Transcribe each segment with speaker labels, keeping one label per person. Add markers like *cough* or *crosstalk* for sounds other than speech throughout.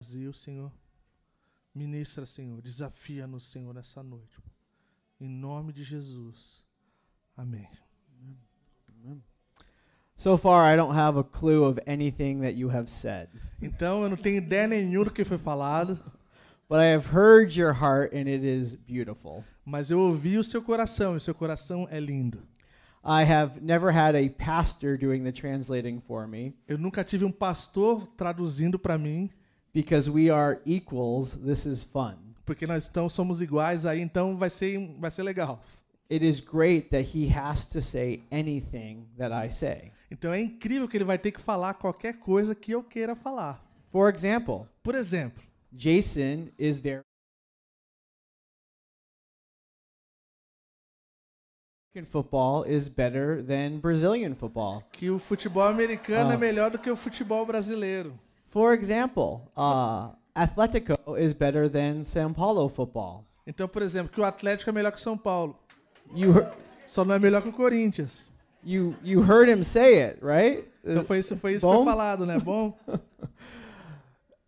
Speaker 1: vazio, Senhor. Ministra, Senhor, desafia-nos, Senhor, nessa noite. Em nome de Jesus. Amém.
Speaker 2: So far, I don't have a clue of anything that you have said,
Speaker 1: Então, eu não tenho ideia nenhuma do que foi falado,
Speaker 2: but I have heard your heart, and it is beautiful.
Speaker 1: mas eu ouvi o seu coração, e o seu coração é lindo.
Speaker 2: I have never had a pastor doing the translating for me
Speaker 1: Eu nunca tive um pastor traduzindo para mim,
Speaker 2: because we are equals. This is fun.
Speaker 1: porque nós então somos iguais aí, então vai ser, vai ser legal.
Speaker 2: It is great that he has to say anything that I say.
Speaker 1: Então é incrível que ele vai ter que falar qualquer coisa que eu queira falar.
Speaker 2: For example,
Speaker 1: Por exemplo,
Speaker 2: Jason is there. American football is better than Brazilian football.
Speaker 1: que o futebol americano
Speaker 2: Ah.
Speaker 1: é melhor do que o futebol brasileiro.
Speaker 2: For example, uh, Atletico is better than Sao Paulo football.
Speaker 1: Então, por exemplo, que o Atlético é melhor que o São Paulo,
Speaker 2: You hear-
Speaker 1: só não é melhor que o Corinthians.
Speaker 2: you you heard him say it, right? Uh,
Speaker 1: Então foi isso, foi isso que foi
Speaker 2: Bom.
Speaker 1: falado, né? Bom,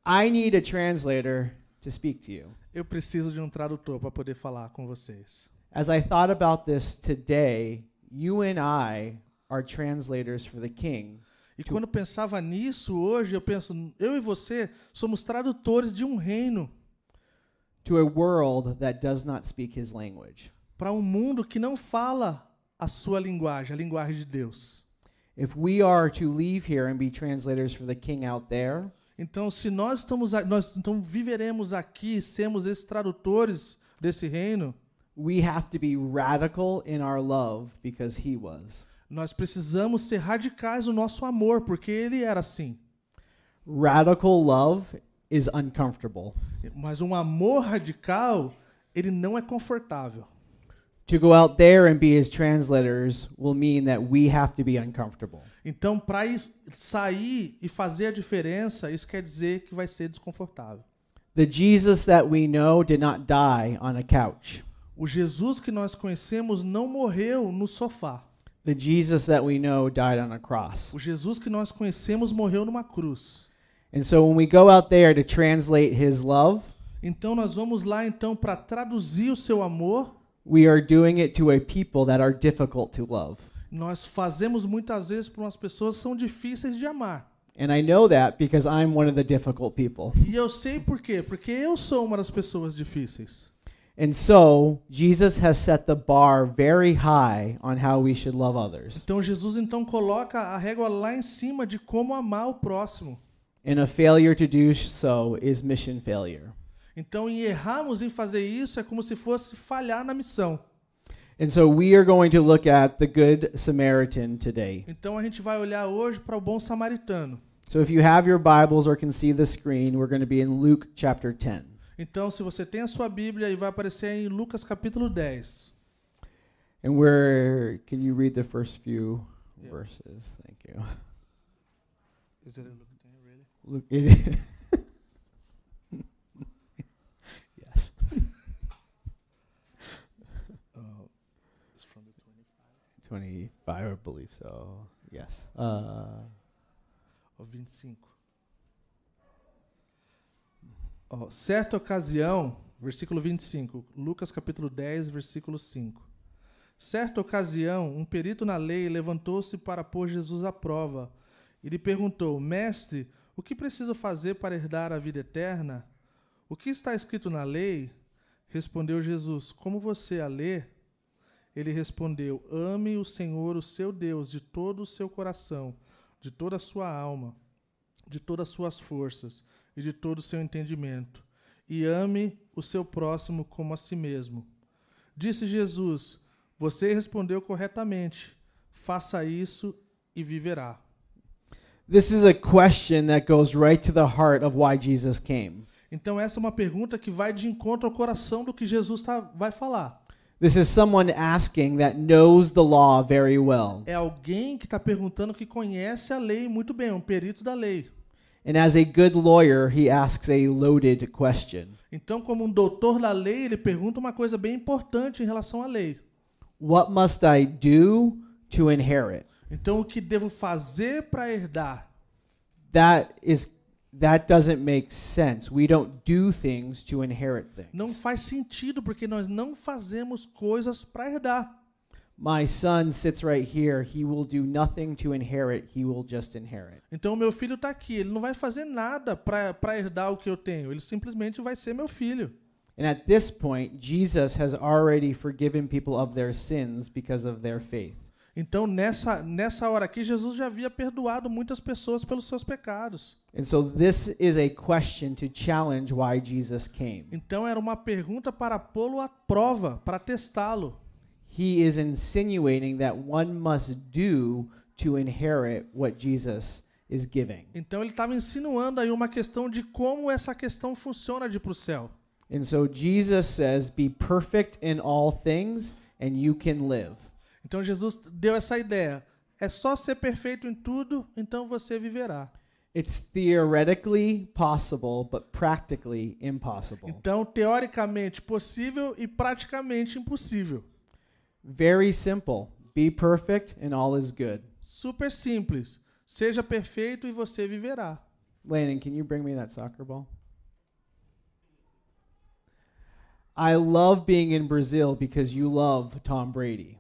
Speaker 2: I need a translator to speak to you.
Speaker 1: eu preciso de um tradutor para poder falar com vocês.
Speaker 2: As I thought about this today, you and I are translators for the king
Speaker 1: E quando eu pensava nisso hoje, eu penso, eu e você somos tradutores de um reino
Speaker 2: to a world that does not speak his language.
Speaker 1: para um mundo que não fala a sua linguagem, a linguagem de Deus.
Speaker 2: If we are to leave here and be translators for the king out there,
Speaker 1: Então, se nós estamos, a- nós então viveremos aqui, sermos esses tradutores desse reino,
Speaker 2: we have to be radical in our love because he was.
Speaker 1: nós precisamos ser radicais no nosso amor, porque ele era assim.
Speaker 2: Radical love is uncomfortable.
Speaker 1: Mas um amor radical, ele não é confortável.
Speaker 2: To go out there and be his translators will mean that we have to be uncomfortable.
Speaker 1: Então, para sair e fazer a diferença, isso quer dizer que vai ser desconfortável.
Speaker 2: The Jesus that we know did not die on a couch.
Speaker 1: O Jesus que nós conhecemos não morreu no sofá.
Speaker 2: The Jesus that we know died on a cross.
Speaker 1: O Jesus que nós conhecemos morreu numa cruz.
Speaker 2: And so when we go out there to translate his love,
Speaker 1: Então nós vamos lá então para traduzir o seu amor.
Speaker 2: we are doing it to a people that are difficult to love.
Speaker 1: Nós fazemos muitas vezes para umas pessoas que são difíceis de amar.
Speaker 2: And I know that because I'm one of the difficult people.
Speaker 1: E eu sei por quê, porque eu sou uma das pessoas difíceis.
Speaker 2: And so Jesus has set the bar very high on how we should love others.
Speaker 1: Então Jesus então coloca a régua lá em cima de como amar o próximo.
Speaker 2: And a failure to do so is mission failure.
Speaker 1: Então em errarmos em fazer isso é como se fosse falhar na missão.
Speaker 2: And so we are going to look at the Good Samaritan today.
Speaker 1: Então a gente vai olhar hoje para o bom samaritano.
Speaker 2: So if you have your Bibles or can see the screen, we're going to be in Luke chapter 10.
Speaker 1: Então se você tem a sua Bíblia e vai aparecer em Lucas capítulo 10.
Speaker 2: And we're, can you read the first few
Speaker 1: Yeah.
Speaker 2: verses? Thank you.
Speaker 1: Is it Lucas 10 really?
Speaker 2: Luke, it, *laughs*
Speaker 1: *laughs*
Speaker 2: yes.
Speaker 1: Oh, it's from the 20.
Speaker 2: 25, I believe so. Yes. Uh,
Speaker 1: Ó, 25. Ó, certa ocasião, versículo 25, Lucas capítulo 10, versículo 5. Certa ocasião, um perito na lei levantou-se para pôr Jesus à prova e lhe perguntou: Mestre, o que preciso fazer para herdar a vida eterna? O que está escrito na lei? Respondeu Jesus: Como você a lê? Ele respondeu: Ame o Senhor, o seu Deus, de todo o seu coração, de toda a sua alma, de todas as suas forças e de todo o seu entendimento, e ame o seu próximo como a si mesmo. Disse Jesus: Você respondeu corretamente. Faça isso e viverá.
Speaker 2: this is a question that goes right to the heart of why Jesus came.
Speaker 1: Então essa é uma pergunta que vai de encontro ao coração do que Jesus tá, vai falar.
Speaker 2: This is someone asking that knows the law very well.
Speaker 1: É alguém que está perguntando que conhece a lei muito bem, é um perito da lei.
Speaker 2: And as a good lawyer, he asks a loaded question
Speaker 1: Então, como um doutor da lei, ele pergunta uma coisa bem importante em relação à lei.
Speaker 2: What must I do to inherit?
Speaker 1: Então, o que devo fazer para herdar?
Speaker 2: That is that doesn't make sense. We don't do things to inherit things.
Speaker 1: Não faz sentido porque nós não fazemos coisas para herdar.
Speaker 2: My son sits right here. He will do nothing to inherit. He will just inherit.
Speaker 1: Então meu filho tá aqui, ele não vai fazer nada para herdar o que eu tenho, ele simplesmente vai ser meu filho.
Speaker 2: And at this point, Jesus has already forgiven people of their sins because of their faith.
Speaker 1: Então nessa nessa hora aqui Jesus já havia perdoado muitas pessoas pelos seus pecados.
Speaker 2: And so this is a question to challenge why Jesus came.
Speaker 1: Então era uma pergunta para pô-lo à prova, para testá-lo.
Speaker 2: He is insinuating that one must do to inherit what Jesus is giving.
Speaker 1: Então ele estava insinuando aí uma questão de como essa questão funciona de ir para o céu.
Speaker 2: And so Jesus says, Be perfect in all things, and you can live.
Speaker 1: Então Jesus deu essa ideia. É só ser perfeito em tudo, então você viverá.
Speaker 2: It's theoretically possible, but practically impossible.
Speaker 1: Então, teoricamente possível e praticamente impossível.
Speaker 2: Very simple. Be perfect, and all is good.
Speaker 1: Super simples. Seja perfeito e você viverá.
Speaker 2: Landon, can you bring me that soccer ball? I love being in Brazil because you love Tom Brady.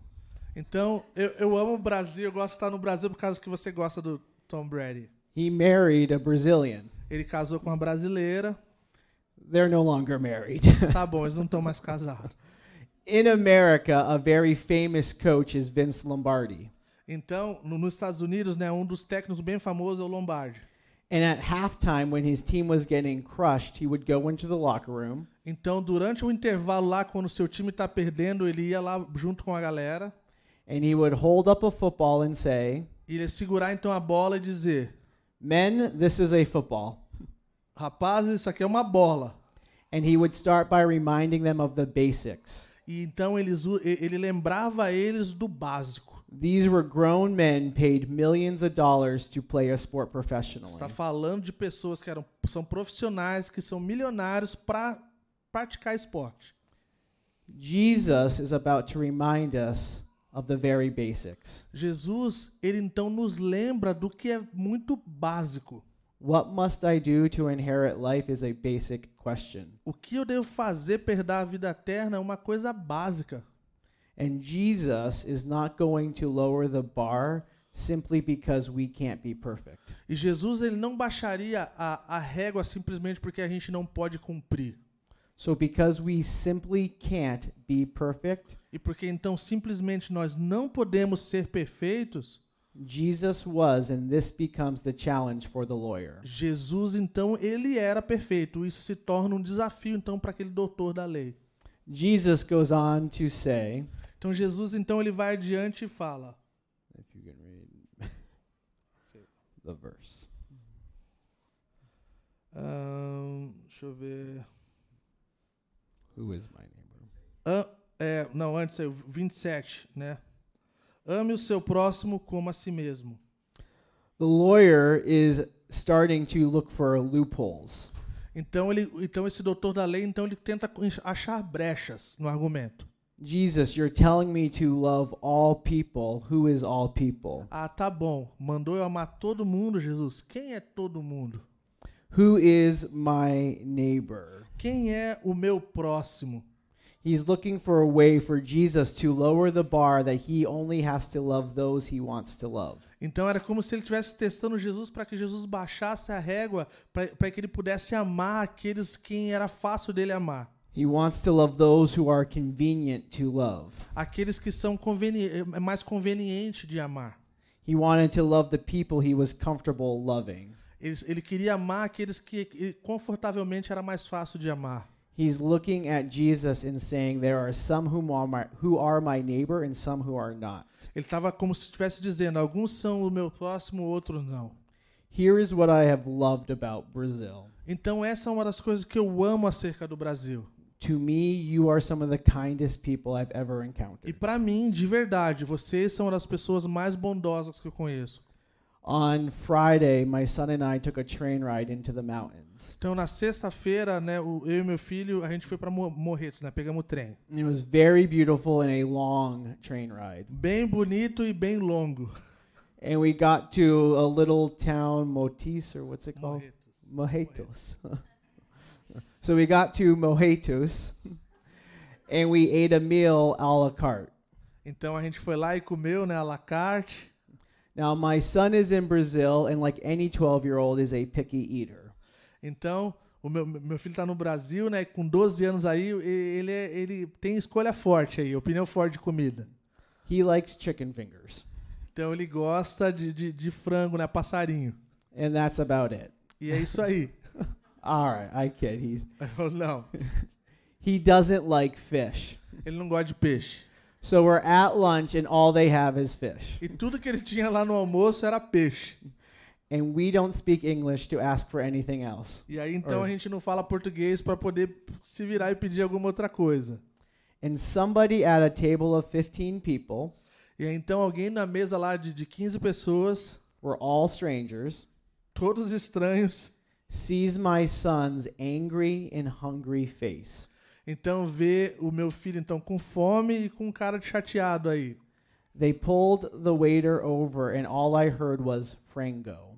Speaker 1: Então, eu, eu amo o Brasil, eu gosto de estar no Brasil por causa que você gosta do Tom Brady.
Speaker 2: He married a Brazilian.
Speaker 1: Ele casou com uma brasileira.
Speaker 2: They're no longer married. *laughs*
Speaker 1: Tá bom, eles não estão mais casados.
Speaker 2: in America, a very famous coach is Vince Lombardi.
Speaker 1: Então, no, nos Estados Unidos, né, um dos técnicos bem famosos é o Lombardi.
Speaker 2: And at halftime, when his team was getting crushed, he would go into the locker room
Speaker 1: Então, durante o intervalo lá, quando o seu time tá perdendo, ele ia lá junto com a galera.
Speaker 2: and he would hold up a football and say,
Speaker 1: E ele ia segurar então a bola e dizer:
Speaker 2: Men, this is a football.
Speaker 1: Rapaz, isso aqui é uma bola.
Speaker 2: And he would start by reminding them of the basics.
Speaker 1: E então eles, u- e- ele lembrava eles do básico.
Speaker 2: These were grown men paid millions of dollars to play a sport professionally.
Speaker 1: Está tá falando de pessoas que eram, são profissionais, que são milionários para praticar esporte.
Speaker 2: Jesus is about to remind us of the very basics.
Speaker 1: Jesus, ele então nos lembra do que é muito básico.
Speaker 2: What must I do to inherit life is a basic question.
Speaker 1: O que eu devo fazer para herdar a vida eterna é uma coisa básica.
Speaker 2: And Jesus is not going to lower the bar simply because we can't be perfect.
Speaker 1: E Jesus ele não baixaria a, a régua simplesmente porque a gente não pode cumprir.
Speaker 2: So, because we simply can't be perfect,
Speaker 1: E porque então simplesmente nós não podemos ser perfeitos,
Speaker 2: Jesus was, and this becomes the challenge for the lawyer.
Speaker 1: Jesus então ele era perfeito. Isso se torna um desafio então para aquele doutor da lei.
Speaker 2: Jesus goes on to say,
Speaker 1: Então Jesus então ele vai adiante e fala:
Speaker 2: if you can read *laughs* the verse.
Speaker 1: ahn, deixa eu ver.
Speaker 2: Who is my neighbor?
Speaker 1: Ahn, é, não, antes é o 27, né? Ame o seu próximo como a si mesmo.
Speaker 2: The lawyer is starting to look for loopholes.
Speaker 1: Então ele, então esse doutor da lei, então ele tenta achar brechas no argumento.
Speaker 2: Jesus, you're telling me to love all people. Who is all people?
Speaker 1: Ah, tá bom. Mandou eu amar todo mundo, Jesus. Quem é todo mundo?
Speaker 2: Who is my neighbor?
Speaker 1: Quem é o meu próximo?
Speaker 2: He's looking for a way for Jesus to lower the bar that he only has to love those he wants to love.
Speaker 1: Então era como se ele estivesse testando Jesus para que Jesus baixasse a régua para que ele pudesse amar aqueles quem era fácil dele amar,
Speaker 2: He wants to love those who are convenient to love.
Speaker 1: aqueles que são conveni é mais conveniente de amar.
Speaker 2: He wanted to love the people he was comfortable loving.
Speaker 1: Ele, ele queria amar aqueles que ele confortavelmente era mais fácil de amar.
Speaker 2: He's looking at Jesus and saying, There are some whom are my, who are my neighbor and some who are not.
Speaker 1: Ele estava como se estivesse dizendo: alguns são o meu próximo, outros não.
Speaker 2: Here is what I have loved about Brazil.
Speaker 1: Então essa é uma das coisas que eu amo acerca do Brasil.
Speaker 2: To me, you are some of the kindest people I've ever
Speaker 1: E
Speaker 2: encountered.
Speaker 1: pra mim, de verdade, vocês são uma das pessoas mais bondosas que eu conheço.
Speaker 2: On Friday, my son and I took a train ride into the mountains.
Speaker 1: Então na sexta-feira, né, o- eu e meu filho, a gente foi pra Mo- Morretes, né? Pegamos o trem.
Speaker 2: And it was very beautiful and a long train ride.
Speaker 1: Bem bonito e bem longo.
Speaker 2: And we got to a little town, Motis, or what's it called?
Speaker 1: Morretes.
Speaker 2: mojitos. *laughs* so we got to mojitos, *laughs* and we ate a meal a la carte.
Speaker 1: Então a gente foi lá e comeu, né, à la carte.
Speaker 2: Now my son is in Brazil, and like any 12-year-old, is a picky eater.
Speaker 1: Então, o meu, meu filho tá no Brasil, né, com 12 anos aí, e- ele, é- ele tem escolha forte aí, opinião forte de comida.
Speaker 2: He likes chicken fingers,
Speaker 1: Então ele gosta de, de, de frango, né, passarinho.
Speaker 2: and that's about it.
Speaker 1: E é isso aí. *laughs*
Speaker 2: All right, I kid. He
Speaker 1: Ele falou, não,
Speaker 2: he doesn't like fish.
Speaker 1: ele não gosta de peixe.
Speaker 2: So we're at lunch, and all they have is fish,
Speaker 1: E tudo que ele tinha lá no almoço era peixe.
Speaker 2: and we don't speak English to ask for anything else.
Speaker 1: E aí então a
Speaker 2: Olha.
Speaker 1: gente não fala português para poder se virar e pedir alguma outra coisa.
Speaker 2: And somebody at a table of 15 people,
Speaker 1: E aí então alguém na mesa lá de, de 15 pessoas,
Speaker 2: we're all strangers,
Speaker 1: todos estranhos,
Speaker 2: sees my son's angry and hungry face.
Speaker 1: então vê o meu filho então com fome e com cara de chateado aí.
Speaker 2: They pulled the waiter over, and all I heard was frango.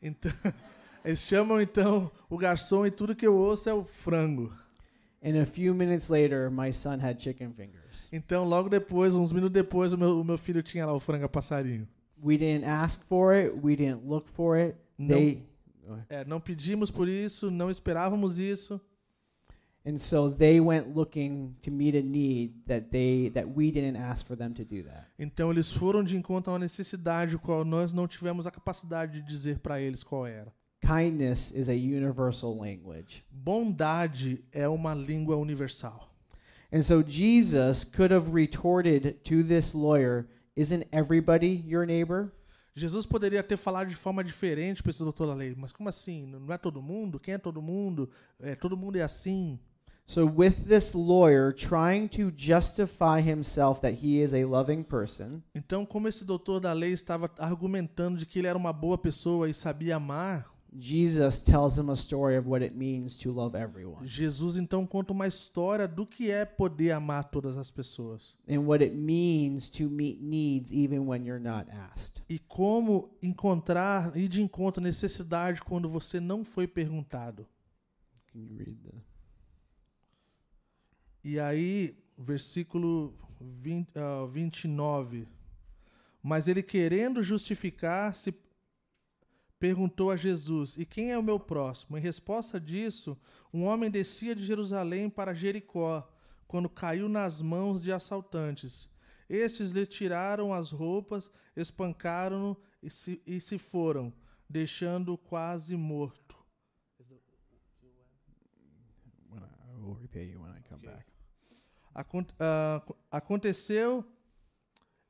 Speaker 1: Então *laughs* eles chamam então o garçom e tudo que eu ouço é o frango.
Speaker 2: And a few minutes later, my son had chicken fingers.
Speaker 1: Então logo depois, uns minutos depois, o meu, o meu filho tinha lá o frango a passarinho.
Speaker 2: We didn't ask for it. We didn't look for it.
Speaker 1: No.
Speaker 2: They
Speaker 1: É, não pedimos por isso, não esperávamos isso.
Speaker 2: and so they went looking to meet a need that they that we didn't ask for them to do that.
Speaker 1: Então eles foram de encontro a uma necessidade qual nós não tivemos a capacidade de dizer para eles qual era.
Speaker 2: Kindness is a universal language.
Speaker 1: Bondade é uma língua universal.
Speaker 2: And so Jesus could have retorted to this lawyer, isn't everybody your neighbor?
Speaker 1: Jesus poderia ter falado de forma diferente para esse doutor da lei, mas como assim? Não é todo mundo? Quem é todo mundo? É, todo mundo é assim?
Speaker 2: So with this lawyer trying to justify himself that he is a loving person,
Speaker 1: Então, como esse doutor da lei estava argumentando de que ele era uma boa pessoa e sabia amar,
Speaker 2: Jesus tells him a story of what it means to love everyone.
Speaker 1: Jesus então conta uma história do que é poder amar todas as pessoas
Speaker 2: and what it means to meet needs even when you're not asked.
Speaker 1: e como encontrar e de encontro à necessidade quando você não foi perguntado.
Speaker 2: Can you read the
Speaker 1: E aí, versículo 20, ah, 29. Mas ele, querendo justificar-se, perguntou a Jesus: E quem é o meu próximo? Em resposta disso, um homem descia de Jerusalém para Jericó, quando caiu nas mãos de assaltantes. Estes lhe tiraram as roupas, espancaram-no e se, e se foram, deixando-o quase morto.
Speaker 2: when I, I will repay you when I come back.
Speaker 1: Acon- ah, co- aconteceu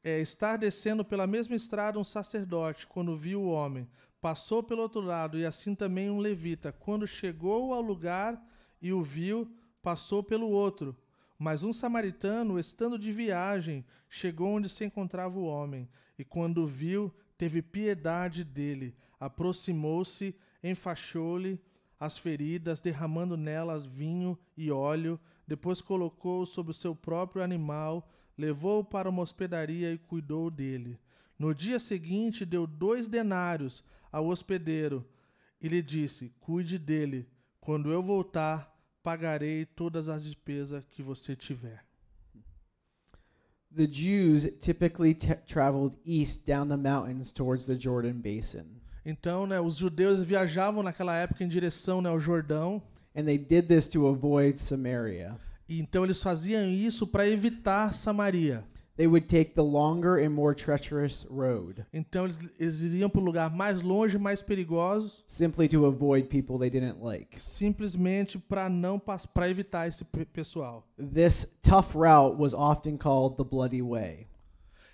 Speaker 1: é, estar descendo pela mesma estrada um sacerdote, quando viu o homem. Passou pelo outro lado, e assim também um levita. Quando chegou ao lugar e o viu, passou pelo outro. Mas um samaritano, estando de viagem, chegou onde se encontrava o homem, e quando o viu, teve piedade dele. Aproximou-se, enfaixou-lhe as feridas, derramando nelas vinho e óleo. Depois colocou-o sobre o seu próprio animal, levou-o para uma hospedaria e cuidou dele. No dia seguinte, deu dois denários ao hospedeiro e lhe disse: Cuide dele. Quando eu voltar, pagarei todas as despesas que você tiver.
Speaker 2: The Jews typically t- traveled east down the mountains towards the Jordan basin.
Speaker 1: Então, né, os judeus viajavam naquela época em direção né, ao Jordão.
Speaker 2: And they did this to avoid Samaria.
Speaker 1: E então eles faziam isso para evitar Samaria.
Speaker 2: They would take the longer and more treacherous road
Speaker 1: Então eles, eles iriam para o lugar mais longe, mais perigoso,
Speaker 2: simply to avoid people they didn't like.
Speaker 1: simplesmente para não para evitar esse pe- pessoal.
Speaker 2: This tough route was often called the Bloody Way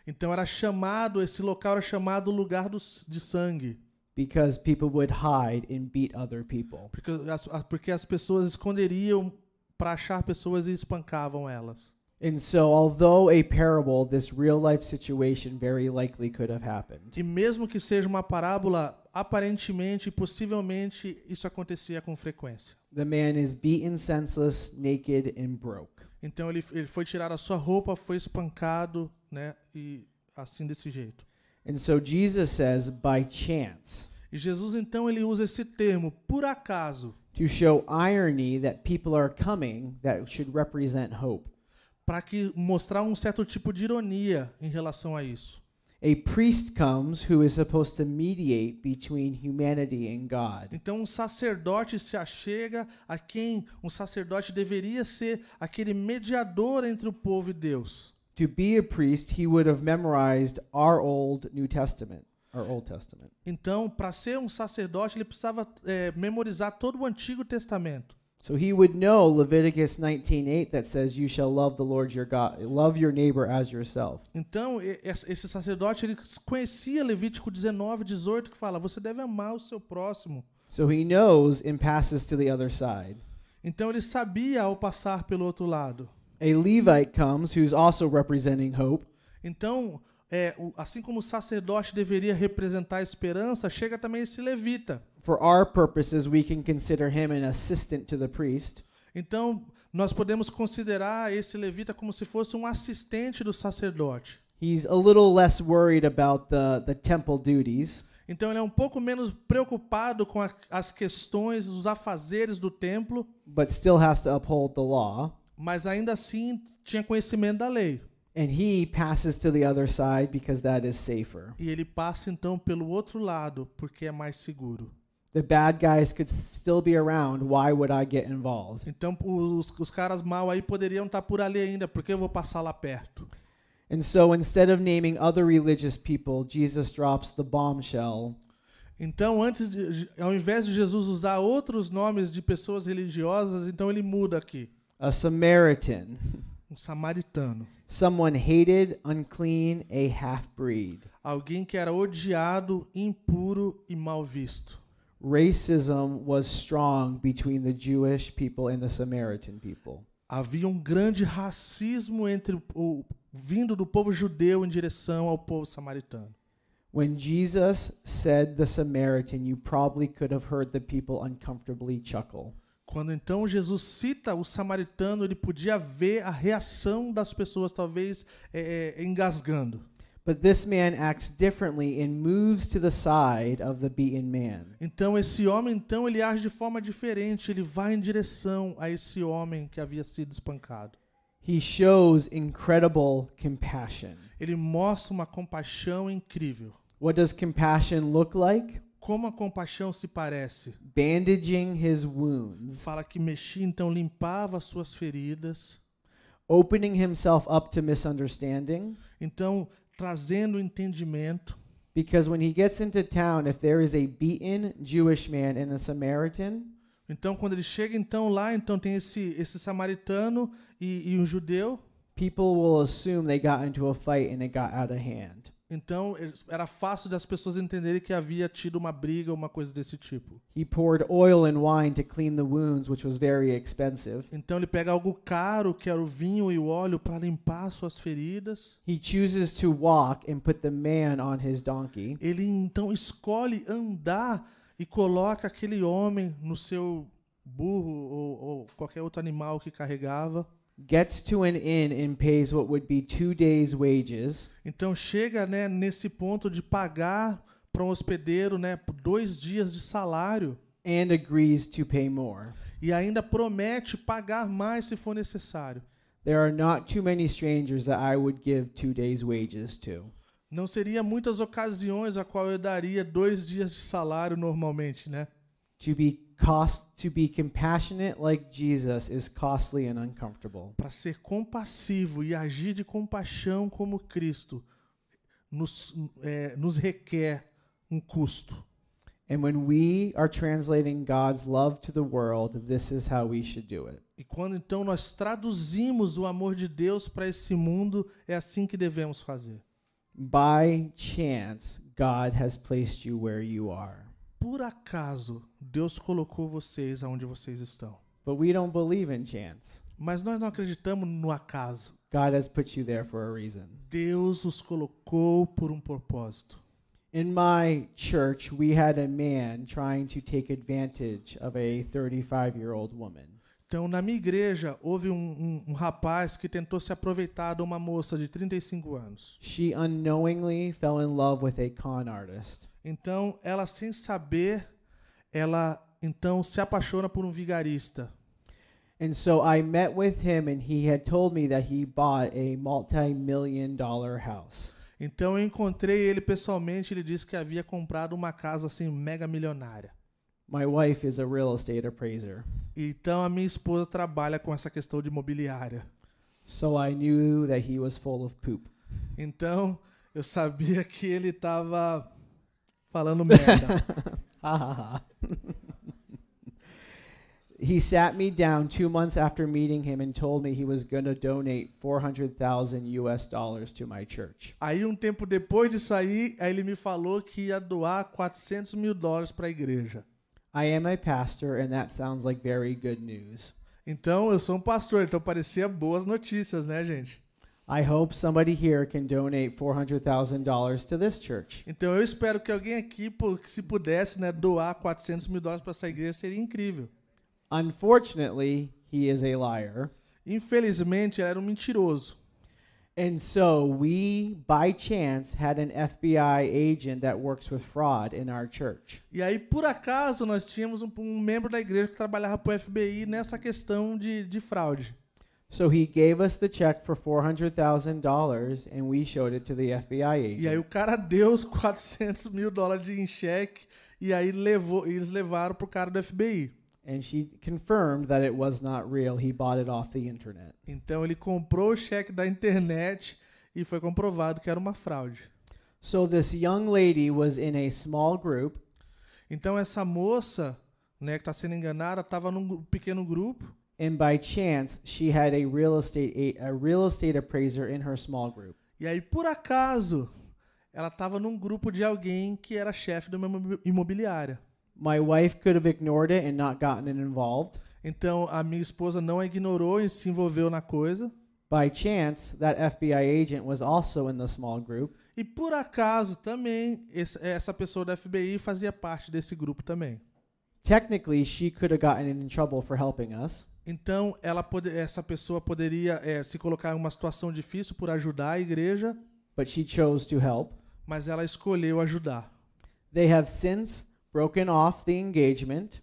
Speaker 1: Então era chamado, esse local era chamado lugar do, s- de sangue,
Speaker 2: because people would hide and beat other people.
Speaker 1: porque as, a- porque as pessoas esconderiam para achar pessoas e espancavam elas.
Speaker 2: And so, although a parable, this real life situation very likely could have happened.
Speaker 1: E mesmo que seja uma parábola, aparentemente e possivelmente isso acontecia com frequência.
Speaker 2: The man is beaten senseless, naked, and broke.
Speaker 1: Então ele, ele foi tirar a sua roupa, foi espancado, né, e assim desse jeito.
Speaker 2: And so, Jesus says, by chance,
Speaker 1: E Jesus então ele usa esse termo por acaso
Speaker 2: to show irony that people are coming that should represent hope.
Speaker 1: para que mostrar um certo tipo de ironia em relação a isso.
Speaker 2: A priest comes who is supposed to mediate between humanity and God.
Speaker 1: Então um sacerdote se achega a quem um sacerdote deveria ser aquele mediador entre o povo e Deus.
Speaker 2: To be a priest, he would have memorized our old New Testament, our Old Testament.
Speaker 1: Então, para ser um sacerdote, ele precisava eh, memorizar todo o Antigo Testamento.
Speaker 2: So he would know Leviticus 19:8 that says you shall love the Lord your God, love your neighbor as yourself.
Speaker 1: Então, e- es- esse sacerdote ele conhecia Levítico 19, 18, que fala: você deve amar o seu próximo.
Speaker 2: So he knows and passes to the other side.
Speaker 1: Então, ele sabia ao passar pelo outro lado.
Speaker 2: A Levite comes who's also representing hope.
Speaker 1: Então, é, o- assim como o sacerdote deveria representar a esperança, chega também esse levita.
Speaker 2: For our purposes, we can consider him an assistant to the priest.
Speaker 1: Então, nós podemos considerar esse levita como se fosse um assistente do sacerdote.
Speaker 2: He's a little less worried about the, the temple duties.
Speaker 1: Então, ele é um pouco menos preocupado com a- as questões, os afazeres do templo,
Speaker 2: but still has to uphold the law.
Speaker 1: mas ainda assim tinha conhecimento da lei.
Speaker 2: And he passes to the other side because that is safer.
Speaker 1: E ele passa então pelo outro lado, porque é mais seguro.
Speaker 2: The bad guys could still be around. Why would I get involved?
Speaker 1: Então, os, os caras mal aí poderiam estar por ali ainda, porque eu vou passar lá perto.
Speaker 2: And so instead of naming other religious people, Jesus drops the bombshell
Speaker 1: Então, antes de, ao invés de Jesus usar outros nomes de pessoas religiosas, então ele muda aqui.
Speaker 2: a Samaritan,
Speaker 1: Um samaritano.
Speaker 2: someone hated, unclean, a half breed.
Speaker 1: Alguém que era odiado, impuro e mal visto.
Speaker 2: Racism was strong between the Jewish people and the Samaritan people.
Speaker 1: Havia um grande racismo entre o, o vindo do povo judeu em direção ao povo samaritano.
Speaker 2: When Jesus said the Samaritan, you probably could have heard the people uncomfortably chuckle.
Speaker 1: Quando então Jesus cita o samaritano, ele podia ver a reação das pessoas, talvez é, é, engasgando.
Speaker 2: But this man acts differently and moves to the side of the beaten man.
Speaker 1: Então esse homem então ele age de forma diferente, ele vai em direção a esse homem que havia sido espancado.
Speaker 2: He shows incredible compassion.
Speaker 1: Ele mostra uma compaixão incrível.
Speaker 2: What does compassion look like?
Speaker 1: Como a compaixão se parece?
Speaker 2: Bandaging his wounds,
Speaker 1: Fala que mexia então limpava as suas feridas,
Speaker 2: opening himself up to misunderstanding.
Speaker 1: então trazendo entendimento,
Speaker 2: Because when he gets into town, if there is a beaten Jewish man and a Samaritan,
Speaker 1: Então, quando ele chega então lá, então tem esse, esse samaritano e, e um judeu.
Speaker 2: people will assume they got into a fight and it got out of hand.
Speaker 1: Então, eles- era fácil das pessoas entenderem que havia tido uma briga, uma coisa desse tipo.
Speaker 2: He poured oil and wine to clean the wounds, which was very expensive.
Speaker 1: Então, ele pega algo caro, que era o vinho e o óleo, para limpar suas feridas.
Speaker 2: He chooses to walk and put the man on his donkey.
Speaker 1: Ele então escolhe andar e coloca aquele homem no seu burro ou, ou qualquer outro animal que carregava.
Speaker 2: gets to an inn and pays what would be two days' wages,
Speaker 1: Então, chega né, nesse ponto de pagar para um hospedeiro né, dois dias de salário.
Speaker 2: and agrees to pay more.
Speaker 1: e ainda promete pagar mais se for necessário.
Speaker 2: There are not too many strangers that I would give two days' wages to.
Speaker 1: Não seria muitas ocasiões a qual eu daria dois dias de salário normalmente, né?
Speaker 2: To be cost to be compassionate like Jesus is costly and uncomfortable.
Speaker 1: Para ser compassivo e agir de compaixão como Cristo nos, é, nos requer um custo.
Speaker 2: And when we are translating God's love to the world, this is how we should do it.
Speaker 1: E quando então nós traduzimos o amor de Deus para esse mundo, é assim que devemos fazer.
Speaker 2: By chance, God has placed you where you are.
Speaker 1: Por acaso, Deus colocou vocês aonde vocês estão.
Speaker 2: But we don't believe in chance.
Speaker 1: Mas nós não acreditamos no acaso.
Speaker 2: God has put you there for a reason.
Speaker 1: Deus os colocou por um propósito.
Speaker 2: In my church, we had a man trying to take advantage of a 35 year old woman.
Speaker 1: Então, na minha igreja, houve um, um- um rapaz que tentou se aproveitar de uma moça de 35 anos.
Speaker 2: She unknowingly fell in love with a con artist.
Speaker 1: Então, ela sem saber, ela então se apaixona por um vigarista.
Speaker 2: And so I met with him, and he had told me that he bought a multi million dollar house.
Speaker 1: Então eu encontrei ele pessoalmente, ele disse que havia comprado uma casa assim mega milionária.
Speaker 2: My wife is a real estate appraiser,
Speaker 1: Então a minha esposa trabalha com essa questão de imobiliária.
Speaker 2: so I knew that he was full of poop.
Speaker 1: Então eu sabia que ele tava falando merda.
Speaker 2: Ha ha ha. *laughs* he sat me down two months after meeting him and told me he was going to donate 400,000 US dollars to my church.
Speaker 1: aí um tempo depois disso aí, aí ele me falou que ia doar 400 mil dólares para a igreja.
Speaker 2: I am a pastor, and that sounds like very good news.
Speaker 1: Então eu sou um pastor, então parecia boas notícias, né, gente?
Speaker 2: I hope somebody here can donate $400,000 to this church.
Speaker 1: Então eu espero que alguém aqui, pô, que se pudesse, né, doar 400 mil dólares para essa igreja seria incrível.
Speaker 2: Unfortunately, he is a liar.
Speaker 1: Infelizmente, ela era um mentiroso.
Speaker 2: And so we, by chance, had an FBI agent that works with fraud in our church.
Speaker 1: E aí, por acaso, nós tínhamos um, um membro da igreja que trabalhava para o FBI nessa questão de, de fraude.
Speaker 2: So he gave us the check for $400,000 and we showed it to the FBI
Speaker 1: E aí,
Speaker 2: agent.
Speaker 1: o cara deu os *laughs* 400 mil dólares em cheque e aí levou, e eles levaram pro cara do FBI.
Speaker 2: And she confirmed that it was not real. He bought it off the internet.
Speaker 1: Então, ele comprou o cheque da internet e foi comprovado que era uma fraude.
Speaker 2: So this young lady was in a small group
Speaker 1: Então, essa moça, né, que tá sendo enganada, tava num gru- pequeno grupo
Speaker 2: and by chance she had a real estate a, a real estate appraiser in her small group.
Speaker 1: E aí, por acaso, ela estava num grupo de alguém que era chefe de uma imobi- imobiliária.
Speaker 2: My wife could have ignored it and not gotten it involved.
Speaker 1: Então, a minha esposa não a ignorou e se envolveu na coisa.
Speaker 2: By chance, that FBI agent was also in the small group.
Speaker 1: E por acaso, também, esse- essa pessoa da FBI fazia parte desse grupo também.
Speaker 2: Technically, she could have gotten in trouble for helping us.
Speaker 1: Então, ela pode- essa pessoa poderia eh, se colocar em uma situação difícil por ajudar a igreja,
Speaker 2: but she chose to help.
Speaker 1: mas ela escolheu ajudar.
Speaker 2: They have since broken off the engagement,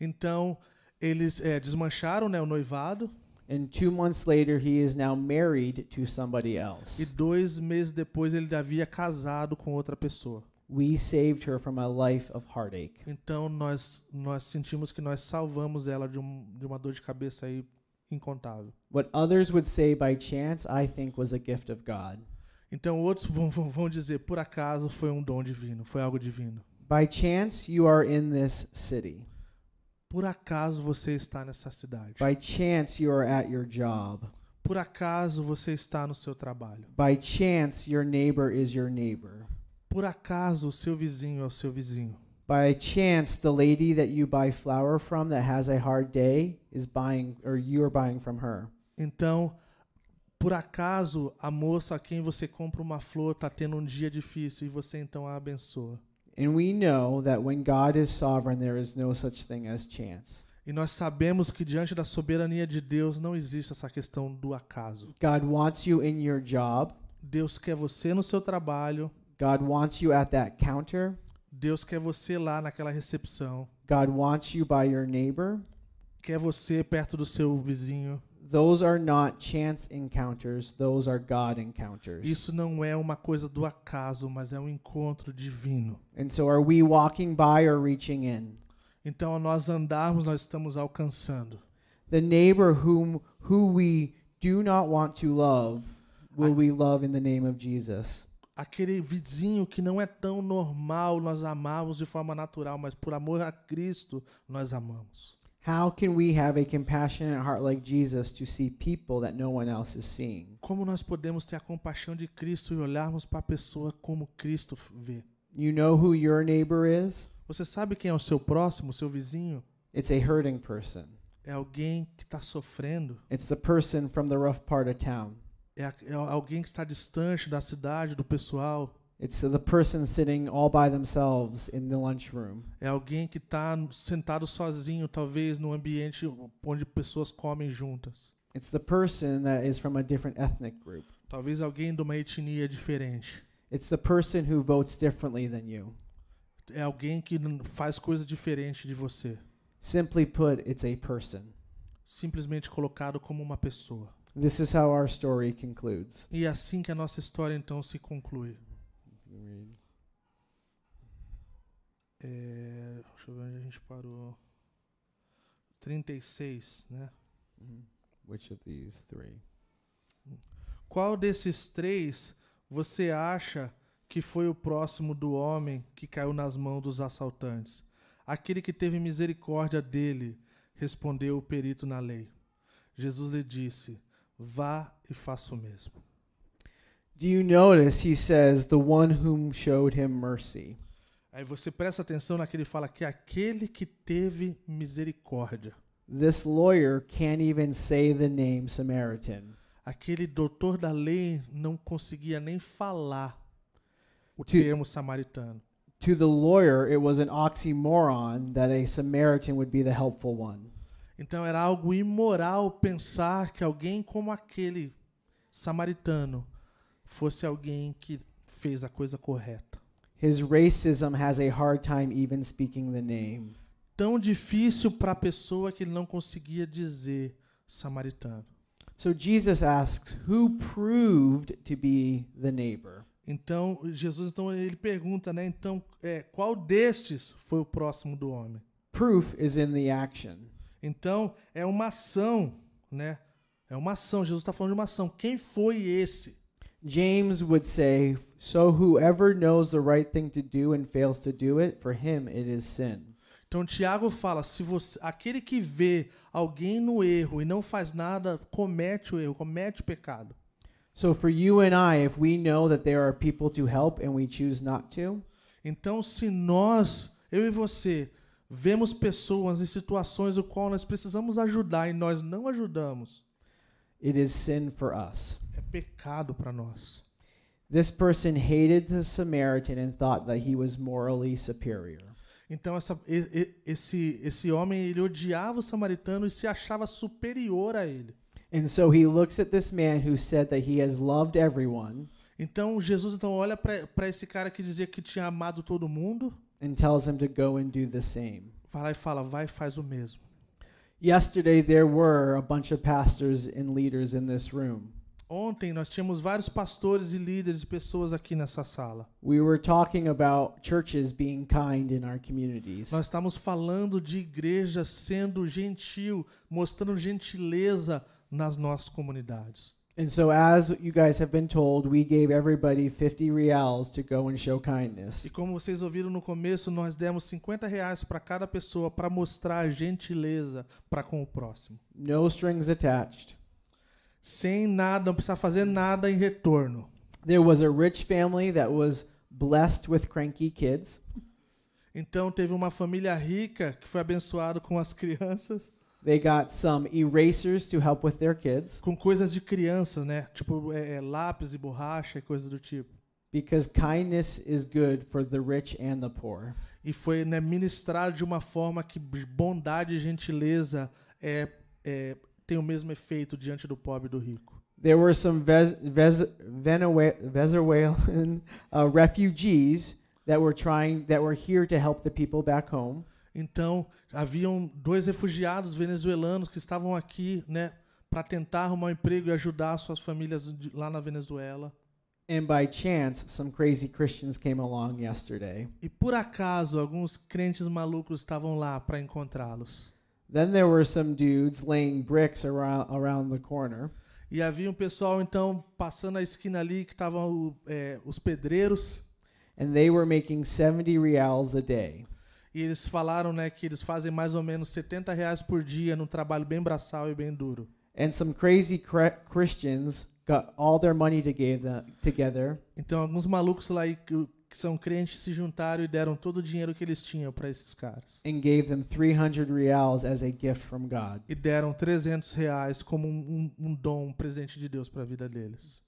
Speaker 1: Então, eles eh, desmancharam né, o noivado
Speaker 2: and two months later, he is now married to somebody else.
Speaker 1: e dois meses depois ele havia casado com outra pessoa.
Speaker 2: We saved her from a life of heartache.
Speaker 1: Então nós nós sentimos que nós salvamos ela de, um, de uma dor de cabeça aí incontável.
Speaker 2: What others would say by chance, I think, was a gift of God.
Speaker 1: Então outros vão, vão, vão dizer, por acaso foi um dom divino, foi algo divino.
Speaker 2: By chance, you are in this city.
Speaker 1: Por acaso você está nessa cidade.
Speaker 2: By chance, you are at your job.
Speaker 1: Por acaso você está no seu trabalho.
Speaker 2: By chance, your neighbor is your neighbor.
Speaker 1: Por acaso o seu vizinho é o seu vizinho.
Speaker 2: By chance, the lady that you buy flour from that has a hard day is buying, or you are buying from her.
Speaker 1: Então, por acaso a moça a quem você compra uma flor está tendo um dia difícil e você então a abençoa.
Speaker 2: And we know that when God is sovereign, there is no such thing as chance.
Speaker 1: E nós sabemos que diante da soberania de Deus não existe essa questão do acaso.
Speaker 2: God wants you in your job,
Speaker 1: Deus quer você no seu trabalho,
Speaker 2: God wants you at that counter,
Speaker 1: Deus quer você lá naquela recepção,
Speaker 2: God wants you by your neighbor.
Speaker 1: quer você perto do seu vizinho.
Speaker 2: Those are not chance encounters, those are God encounters.
Speaker 1: Isso não é uma coisa do acaso, mas é um encontro divino.
Speaker 2: And so, are we walking by or reaching in?
Speaker 1: Então, ao nós andarmos, nós estamos alcançando.
Speaker 2: The neighbor whom who we do not want to love, will we love in the name of Jesus?
Speaker 1: Aquele vizinho que não é tão normal, nós amamos de forma natural, mas por amor a Cristo, nós amamos.
Speaker 2: How can we have a compassionate heart like Jesus to see people that no one else is seeing?
Speaker 1: Como nós podemos ter a compaixão de Cristo e olharmos para a pessoa como Cristo vê?
Speaker 2: You know who your neighbor is?
Speaker 1: Você sabe quem é o seu próximo, o seu vizinho?
Speaker 2: It's a hurting person.
Speaker 1: é alguém que está sofrendo,
Speaker 2: It's the person from the rough part of town.
Speaker 1: é, a- é alguém que está distante da cidade, do pessoal,
Speaker 2: It's the person sitting all by themselves in the lunchroom.
Speaker 1: é alguém que está sentado sozinho, talvez num ambiente onde pessoas comem juntas,
Speaker 2: It's the person that is from a different ethnic group.
Speaker 1: talvez alguém de uma etnia diferente,
Speaker 2: It's the person who votes differently than you.
Speaker 1: é alguém que n- faz coisa diferente de você.
Speaker 2: Simply put, it's a person.
Speaker 1: Simplesmente colocado como uma pessoa.
Speaker 2: This is how our story concludes.
Speaker 1: E é assim que a nossa história então se conclui. É, deixa eu ver onde a gente parou. 36, né?
Speaker 2: Mm-hmm. Which of these three?
Speaker 1: Qual desses três você acha que foi o próximo do homem que caiu nas mãos dos assaltantes? Aquele que teve misericórdia dele, respondeu o perito na lei. Jesus lhe disse: Vá e faça o mesmo.
Speaker 2: Do you notice he says, the one whom showed him mercy?
Speaker 1: Aí você presta atenção naquele que fala que aquele que teve misericórdia,
Speaker 2: This lawyer can't even say the name Samaritan.
Speaker 1: aquele doutor da lei não conseguia nem falar o
Speaker 2: Que-
Speaker 1: termo samaritano.
Speaker 2: To the lawyer, it was an oxymoron that a Samaritan would be the helpful one.
Speaker 1: Então era algo imoral pensar que alguém como aquele samaritano fosse alguém que fez a coisa correta.
Speaker 2: His racism has a hard time even speaking the name.
Speaker 1: Tão difícil para a pessoa que ele não conseguia dizer samaritano.
Speaker 2: So Jesus asks, Who proved to be the neighbor?
Speaker 1: Então Jesus então ele pergunta, né? Então é, qual destes foi o próximo do homem?
Speaker 2: Proof is in the action.
Speaker 1: Então é uma ação, né? É uma ação. Jesus está falando de uma ação. Quem foi esse?
Speaker 2: James would say, So whoever knows the right thing to do and fails to do it, for him it is sin.
Speaker 1: Então Tiago fala, se você, aquele que vê alguém no erro e não faz nada, comete o erro, comete o pecado.
Speaker 2: So for you and I, if we know that there are people to help and we choose not to,
Speaker 1: Então se nós, eu e você, vemos pessoas em situações o qual nós precisamos ajudar e nós não ajudamos,
Speaker 2: it is sin for us.
Speaker 1: é pecado para nós.
Speaker 2: This person hated the Samaritan and thought that he was morally superior.
Speaker 1: Então essa- e- e- esse esse homem ele odiava o samaritano e se achava superior a ele.
Speaker 2: And so he looks at this man who said that he has loved everyone
Speaker 1: Então Jesus então olha para esse cara que dizia que tinha amado todo mundo,
Speaker 2: and tells him to go and do the same.
Speaker 1: vai lá e fala, vai e faz o mesmo.
Speaker 2: Yesterday, there were a bunch of pastors and leaders in this room.
Speaker 1: Ontem nós tínhamos vários pastores e líderes e pessoas aqui nessa sala.
Speaker 2: We were talking about churches being kind in our communities.
Speaker 1: Nós estamos falando de igreja sendo gentil, mostrando gentileza nas nossas comunidades.
Speaker 2: And so, as you guys have been told, we gave everybody 50 reals to go and show kindness.
Speaker 1: E como vocês ouviram no começo, nós demos 50 reais para cada pessoa para mostrar a gentileza para com o próximo.
Speaker 2: No strings attached.
Speaker 1: Sem nada, não precisa fazer nada em retorno.
Speaker 2: There was a rich family that was blessed with cranky kids.
Speaker 1: Então teve uma família rica que foi abençoada com as *laughs* crianças,
Speaker 2: They got some erasers to help with their kids.
Speaker 1: com coisas de criança, né? Tipo é, é, lápis e borracha e coisas do tipo.
Speaker 2: Because kindness is good for the rich and the poor.
Speaker 1: e foi né, ministrado de uma forma que bondade e gentileza é, é, tem o mesmo efeito diante do pobre e do rico.
Speaker 2: There were some Vez- Vez- Venue- Venezuelan uh, refugees that were trying that were here to help the people back home.
Speaker 1: Então, haviam dois refugiados venezuelanos que estavam aqui, né, para tentar arrumar um emprego e ajudar suas famílias de- lá na Venezuela.
Speaker 2: And by chance, some crazy Christians came along yesterday.
Speaker 1: E por acaso, alguns crentes malucos estavam lá para encontrá-los.
Speaker 2: Then there were some dudes laying bricks around around the corner.
Speaker 1: E havia um pessoal, então, passando a esquina ali, que estavam o- é, os pedreiros,
Speaker 2: And they were making 70 reals a day.
Speaker 1: E eles falaram, né, que eles fazem mais ou menos 70 reais por dia num trabalho bem braçal e bem duro.
Speaker 2: And some crazy cra- Christians got all their money to give them, together
Speaker 1: Então alguns malucos lá aí que, que são crentes se juntaram e deram todo o dinheiro que eles tinham para esses caras.
Speaker 2: and gave them 300 reals as a gift from God.
Speaker 1: E deram 300 reais como um, um- um dom, um presente de Deus para a vida deles.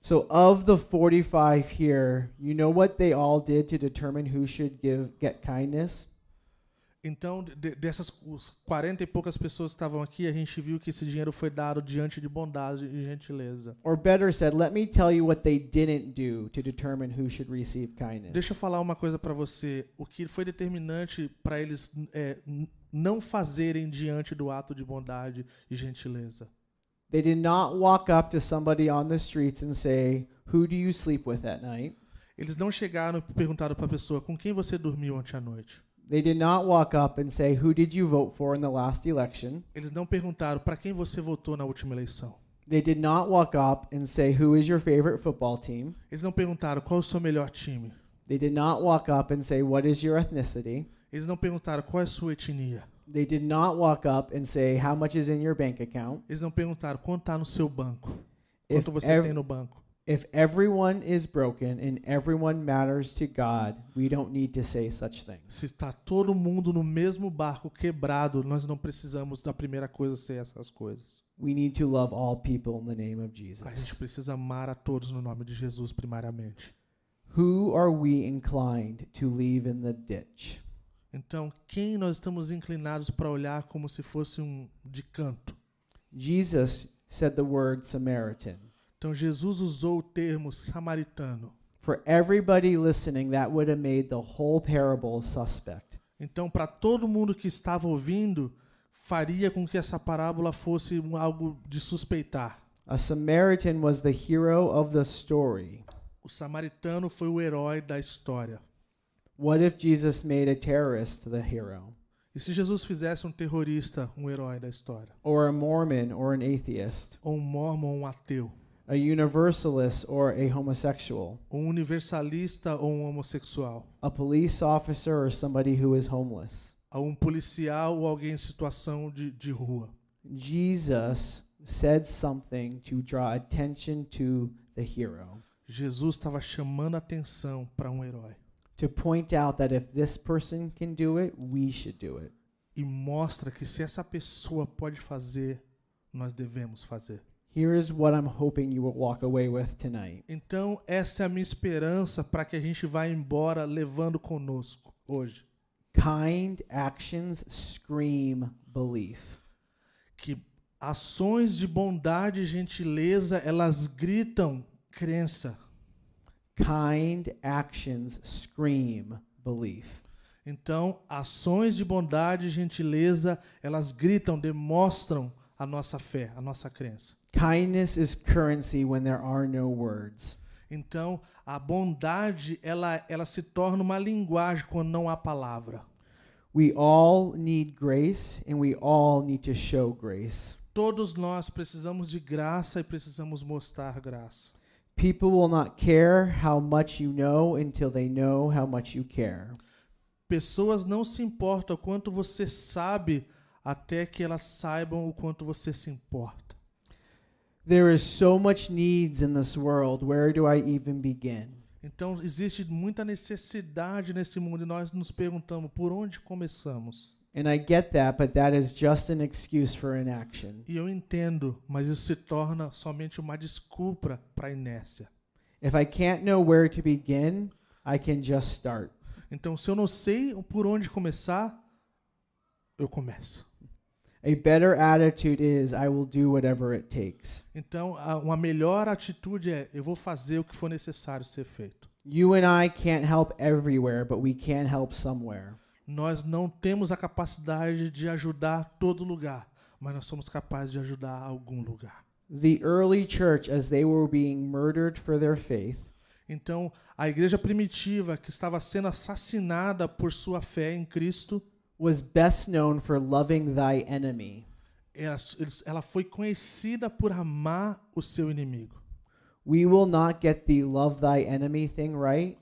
Speaker 2: So of the 45 here, you know what they all did to determine who should give get kindness?
Speaker 1: Então, de- dessas os 40 e poucas pessoas que estavam aqui, a gente viu que esse dinheiro foi dado diante de bondade e gentileza.
Speaker 2: Or better said, let me tell you what they didn't do to determine who should receive kindness.
Speaker 1: Deixa eu falar uma coisa pra você. O que foi determinante pra eles é, n- não fazerem diante do ato de bondade e gentileza?
Speaker 2: They did not walk up to somebody on the streets and say, Who do you sleep with at night?
Speaker 1: Eles não chegaram e perguntaram pra pessoa com quem você dormiu ontem à noite.
Speaker 2: They did not walk up and say, Who did you vote for in the last election?
Speaker 1: Eles não perguntaram pra quem você votou na última eleição.
Speaker 2: They did not walk up and say, Who is your favorite football team?
Speaker 1: Eles não perguntaram qual é o seu melhor time.
Speaker 2: They did not walk up and say, What is your ethnicity?
Speaker 1: Eles não perguntaram qual é a sua etnia.
Speaker 2: They did not walk up and say, How much is in your bank account?
Speaker 1: Eles não perguntaram quanto tá no seu banco.
Speaker 2: If,
Speaker 1: Quanto você
Speaker 2: ev-
Speaker 1: tem no banco.
Speaker 2: if everyone is broken and everyone matters to God, we don't need to say such things.
Speaker 1: Se está todo mundo no mesmo barco quebrado, nós não precisamos da primeira coisa ser essas coisas.
Speaker 2: We need to love all people in the name of
Speaker 1: A
Speaker 2: Jesus.
Speaker 1: gente precisa amar a todos no nome de Jesus, primariamente.
Speaker 2: Who are we inclined to leave in the ditch?
Speaker 1: Então, quem nós estamos inclinados para olhar como se fosse um de canto?
Speaker 2: Jesus said the word Samaritan.
Speaker 1: Então, Jesus usou o termo samaritano.
Speaker 2: For everybody listening, that would have made the whole parable suspect.
Speaker 1: Então, para todo mundo que estava ouvindo, faria com que essa parábola fosse um- algo de suspeitar.
Speaker 2: A Samaritan was the hero of the story.
Speaker 1: O samaritano foi o herói da história.
Speaker 2: What if Jesus made a terrorist the hero?
Speaker 1: E se Jesus fizesse um terrorista um herói da história?
Speaker 2: Or a Mormon or an atheist?
Speaker 1: Ou um mormon ou um ateu?
Speaker 2: A universalist or a homosexual?
Speaker 1: Ou um universalista ou um homossexual?
Speaker 2: A police officer or somebody who is homeless?
Speaker 1: a um policial ou alguém em situação de, de rua.
Speaker 2: Jesus said something to draw attention to the hero,
Speaker 1: Jesus estava chamando a atenção para um herói
Speaker 2: to point out that if this person can do it, we should do it.
Speaker 1: e mostra que se essa pessoa pode fazer, nós devemos fazer.
Speaker 2: Here is what I'm hoping you will walk away with tonight.
Speaker 1: Então, essa é a minha esperança para que a gente vá embora levando conosco hoje.
Speaker 2: Kind actions scream belief.
Speaker 1: Que ações de bondade e gentileza, elas gritam crença.
Speaker 2: Kind actions scream belief.
Speaker 1: Então, ações de bondade e gentileza, elas gritam, demonstram a nossa fé, a nossa crença.
Speaker 2: Kindness is currency when there are no words.
Speaker 1: Então, a bondade, ela, ela se torna uma linguagem quando não há palavra.
Speaker 2: We all need grace and we all need to show grace.
Speaker 1: Todos nós precisamos de graça e precisamos mostrar graça.
Speaker 2: People will not care how much you know until they know how much you care.
Speaker 1: Pessoas não se importam o quanto você sabe até que elas saibam o quanto você se importa.
Speaker 2: There is so much needs in this world. Where do I even begin?
Speaker 1: Então, existe muita necessidade nesse mundo e nós nos perguntamos por onde começamos.
Speaker 2: And I get that, but that is just an excuse for inaction.
Speaker 1: E eu entendo, mas isso se torna somente uma desculpa para a inércia.
Speaker 2: If I can't know where to begin, I can just start.
Speaker 1: Então, se eu não sei por onde começar, eu começo.
Speaker 2: A better attitude is I will do whatever it takes.
Speaker 1: Então, a- uma melhor atitude é: eu vou fazer o que for necessário ser feito.
Speaker 2: You and I can't help everywhere, but we can help somewhere.
Speaker 1: Nós não temos a capacidade de ajudar todo lugar, mas nós somos capazes de ajudar algum lugar.
Speaker 2: The early church, as they were being murdered for their faith,
Speaker 1: Então, a igreja primitiva, que estava sendo assassinada por sua fé em Cristo,
Speaker 2: was best known for loving thy enemy.
Speaker 1: ela, eles- ela foi conhecida por amar o seu inimigo.
Speaker 2: We will not get the love thy enemy thing right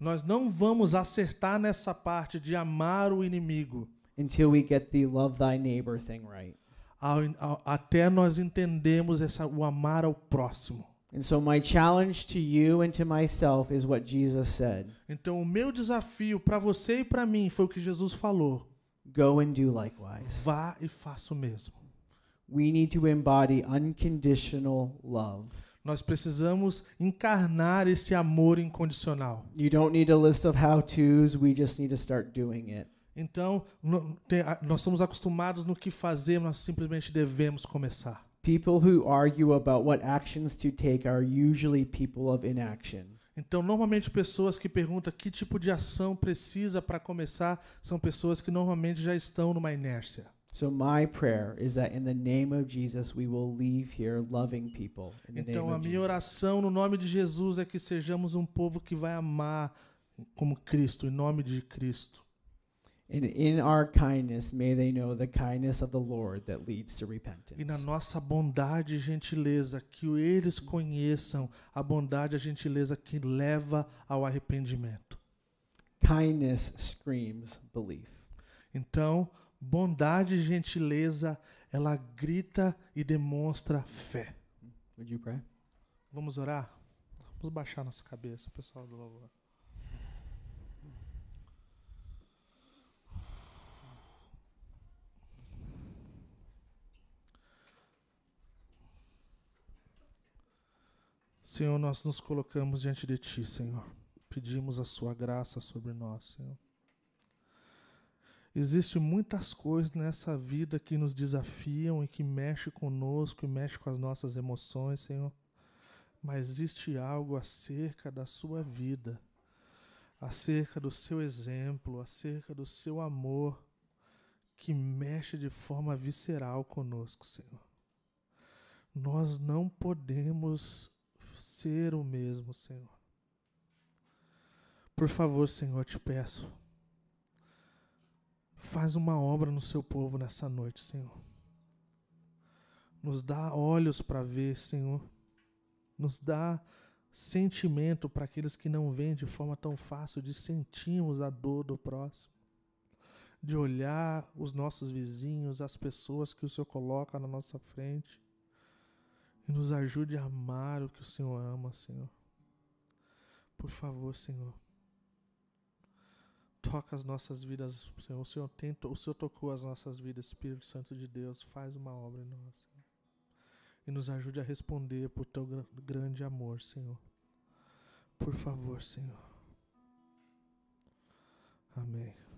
Speaker 1: Nós não vamos acertar nessa parte de amar o inimigo.
Speaker 2: until we get the love thy neighbor thing right.
Speaker 1: ao- ao- até nós entendemos essa, o amar ao próximo.
Speaker 2: And so, my challenge to you and to myself is what Jesus said
Speaker 1: Então, o meu desafio para você e para mim foi o que Jesus falou:
Speaker 2: go and do likewise.
Speaker 1: vá e faça o mesmo.
Speaker 2: We need to embody unconditional love.
Speaker 1: Nós precisamos encarnar esse amor incondicional.
Speaker 2: You don't need a list of how to's, we just need to start doing it.
Speaker 1: Então, no- tem- a- nós somos acostumados no que fazer, nós simplesmente devemos começar.
Speaker 2: People who argue about what actions to take are usually people of inaction.
Speaker 1: Então, normalmente, pessoas que perguntam que tipo de ação precisa para começar são pessoas que normalmente já estão numa inércia.
Speaker 2: So my prayer is that in the name of Jesus we will leave here loving people. In the
Speaker 1: Então,
Speaker 2: name
Speaker 1: a
Speaker 2: of
Speaker 1: minha
Speaker 2: Jesus.
Speaker 1: oração no nome de Jesus é que sejamos um povo que vai amar como Cristo, em nome de Cristo.
Speaker 2: And in our kindness may they know the kindness of the Lord that leads to repentance.
Speaker 1: E na nossa bondade e gentileza, que eles conheçam a bondade e a gentileza que leva ao arrependimento.
Speaker 2: kindness screams belief.
Speaker 1: Então, bondade e gentileza, ela grita e demonstra fé.
Speaker 2: Would you pray?
Speaker 1: Vamos orar? Vamos baixar nossa cabeça, pessoal do louvor. Senhor, nós nos colocamos diante de Ti, Senhor. Pedimos a Sua graça sobre nós, Senhor. Existem muitas coisas nessa vida que nos desafiam e que mexe conosco e mexe com as nossas emoções, Senhor mas existe algo acerca da sua vida, acerca do seu exemplo, acerca do seu amor, que mexe de forma visceral conosco, Senhor. Nós não podemos ser o mesmo, Senhor. Por favor, Senhor, te peço, faz uma obra no seu povo nessa noite, Senhor. Nos dá olhos para ver, Senhor nos dá sentimento para aqueles que não veem de forma tão fácil, de sentirmos a dor do próximo, de olhar os nossos vizinhos, as pessoas que o Senhor coloca na nossa frente, e nos ajude a amar o que o Senhor ama, Senhor. Por favor, Senhor. Toca as nossas vidas, Senhor. O Senhor, tem, o Senhor tocou as nossas vidas, Espírito Santo de Deus, faz uma obra em nós, Senhor e nos ajude a responder por teu gra- grande amor, Senhor. Por favor, Senhor. Amém.